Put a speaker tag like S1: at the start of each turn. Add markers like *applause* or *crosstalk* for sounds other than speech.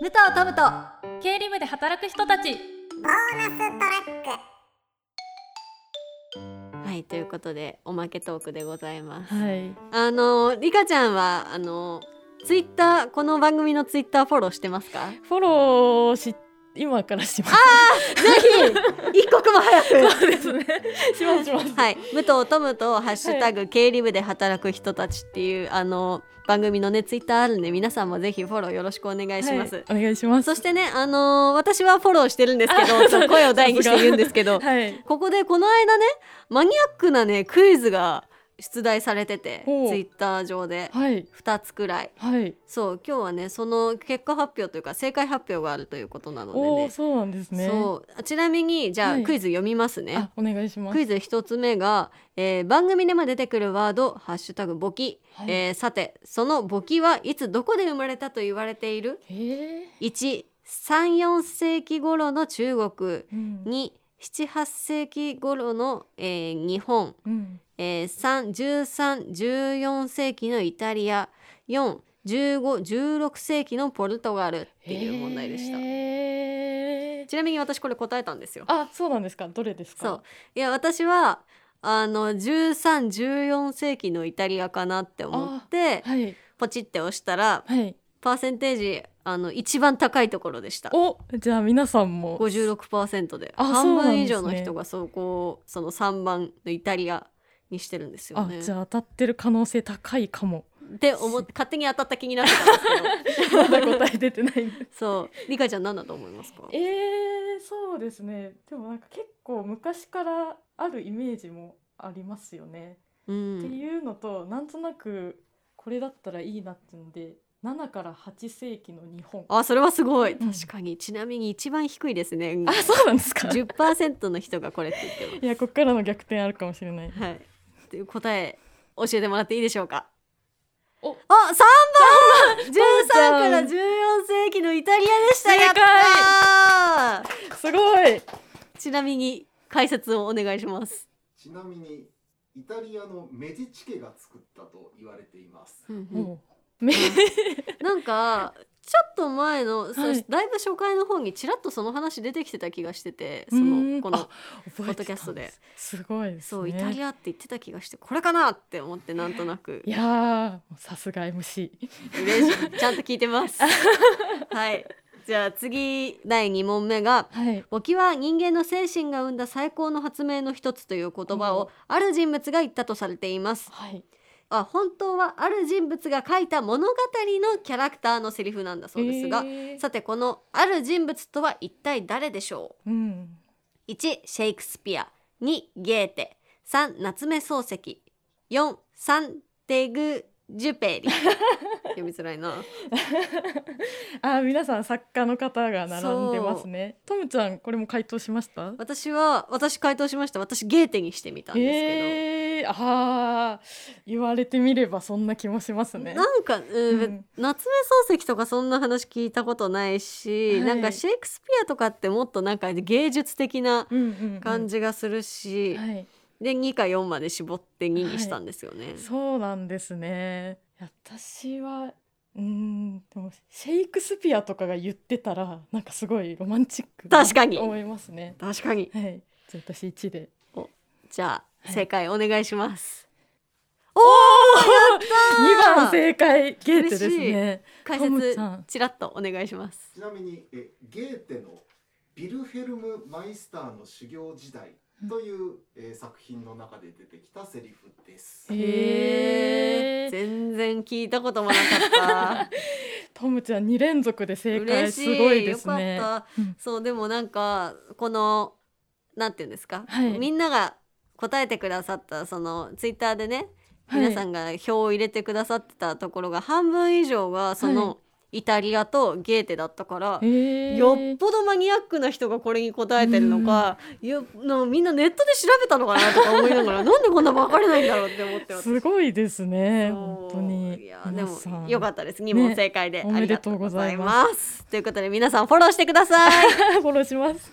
S1: 武藤トムと
S2: 経理部で働く人たち
S3: ボーナストラック
S4: はいということでおまけトークでございます
S2: はい
S4: あのリカちゃんはあのツイッターこの番組のツイッターフォローしてますか
S2: フォローし今からします
S4: ぜひ *laughs* 一刻も早 *laughs* く
S2: *laughs* そうですねしますします
S4: はい、武藤トムと「ハッシュタグ経理部で働く人たち」っていう、あの番組のねツイッターあるんで皆さんもぜひフォローよろしくお願いします。
S2: はいお願いします
S4: そしてね、あの私はフォローしてるんですけ
S2: あ
S4: どちょっと声を大にして言うんですけど、
S2: はい
S4: ここでこの間ねマニアックなねクイズが出題されててツイ
S2: ほう
S4: ッター上で
S2: はい
S4: 2つくらい
S2: はい
S4: そう今日はねその結果発表というか正解発表があるということなので
S2: おお
S4: ね
S2: ーそうなんですね
S4: そうあちなみにじゃあ、
S2: はい
S4: クイズ読みますね。
S2: あお願いします
S4: クイズ一つ目が、えー番組でも出てくるワード「ハッシュタグ簿記」
S2: はい
S4: えーさてその簿記はいつどこで生まれたと言われている
S2: へえ
S4: ?134 世紀頃の中国
S2: うん
S4: 278世紀頃の、えー日本、
S2: うん
S4: えー、31314世紀のイタリア41516世紀のポルトガルっていう問題でした。
S2: へー
S4: ちなみに私これ答えたんですよ。
S2: あそうなんですかどれですか
S4: そういや私はあの1314世紀のイタリアかなって思って
S2: はい
S4: ポチって押したら
S2: はい
S4: パーセンテージあの一番高いところでした
S2: おじゃあ皆さんも
S4: 56%で
S2: あ
S4: 半
S2: そうなんです
S4: 分
S2: ね
S4: 以上の人がそこをその3番のイタリアにしてるんですよ
S2: あ
S4: ね。
S2: じゃあ当たってる可能性高いかも
S4: って思って勝手に当たった気になってたんです
S2: *laughs* まだ答え出てないんで
S4: けどそうリカちゃん何だと思いますか
S2: えー、そうですねでもなんか結構昔からあるイメージもありますよね、
S4: う
S2: って
S4: ん、
S2: いうのとなんとなくこれだったらいいなっていうので7から8世紀の日本
S4: あそれはすごい
S2: うん
S4: 確かにちなみに一番低いですね
S2: そうなんですか *laughs* い
S4: 10%の人がこれって言ってます
S2: やこっからの逆転あるかもしれない
S4: はい。という答え教えてもらっていいでしょうか。
S2: お
S4: あ、三番。十三から十四世紀のイタリアでした。
S2: 正解
S4: やった
S2: すごい
S4: ーちなみに解説をお願いします。
S5: ちなみにイタリアのメディチ家が作ったと言われています。
S2: もうめ
S4: なんか。ちょっと前の、そう
S2: はい
S4: だいぶ初回の方にちらっとその話出てきてた気がしてて *laughs* そうの
S2: ーん
S4: この
S2: あ覚えてたん
S4: ポッドキャストです
S2: ごいですね
S4: そうイタリアって言ってた気がしてこれかなって思ってなんとなく
S2: いやーもうさすが MC
S4: 嬉しいちゃんと聞いてます *laughs* はいじゃあ次第2問目が
S2: はい
S4: 簿記は人間の精神が生んだ最高の発明の一つという言葉
S2: う
S4: を
S2: ん
S4: ある人物が言ったとされています
S2: はい
S4: あ本当はある人物が書いた物語のキャラクターのセリフなんだそうですが、
S2: えー
S4: さてこのある人物とは一体誰でしょ
S2: うん
S4: う1シェイクスピア2ゲーテ3夏目漱石4サンテグジュ
S2: *laughs*
S4: ペリ読みづらいな
S2: あー皆さん作家の方が並んでますねトムちゃんこれも回答しました
S4: 私は私回答しました私ゲーテにしてみたんですけど、
S2: えー、あー言われてみればそんな気もしますね
S4: なんか、うん
S2: うん
S4: 夏目漱石とかそんな話聞いたことないし、
S2: はい
S4: なんかシェイクスピアとかってもっとなんか芸術的な
S2: うんうんうん
S4: 感じがするし、
S2: はい
S4: で2か4まで絞って2にしたんですよね。
S2: そうなんですねいや私はうーんでもシェイクスピアとかが言ってたらなんかすごいロマンチック
S4: 確かに
S2: と思いますね
S4: 確かに
S2: はいじゃあ私1で
S4: じゃあ、
S2: はい
S4: 正解お願いします。
S2: 2
S4: ー
S2: 番正解ゲーテですね
S4: 解
S2: トム
S4: 説
S2: ちゃん
S4: ちらっとお願いします。
S5: ちなみにえゲーテのビルヘルム・マイスターの修行時代という、えー作品の中で出てきたセリフです。
S2: へー
S4: 全然聞いたこともなかった。
S2: トムちゃん2連続で *laughs* 正解
S4: 嬉し
S2: す
S4: い
S2: ごいですね
S4: よかった、
S2: うん
S4: そうでもなんかこのなんていうんですか、
S2: はい
S4: みんなが答えてくださったそのツイッターでね、
S2: はい
S4: 皆さんが票を入れてくださってたところが半分以上がその、
S2: は
S4: イタリアとゲーテだったから、
S2: へー
S4: よっぽどマニアックな人がこれに答えてるのか、よのみんなネットで調べたのかなとか思いなが
S2: *laughs*
S4: らなんでこんな分かれないんだろうって思って
S2: すごいですね
S4: そう
S2: 本当に
S4: いやで
S2: 皆
S4: も
S2: さん
S4: よ
S2: *laughs*
S4: かったです2問正解で、
S2: ねおめでとうございます
S4: ありがとうございますということで皆さんフォローしてください
S2: フォローします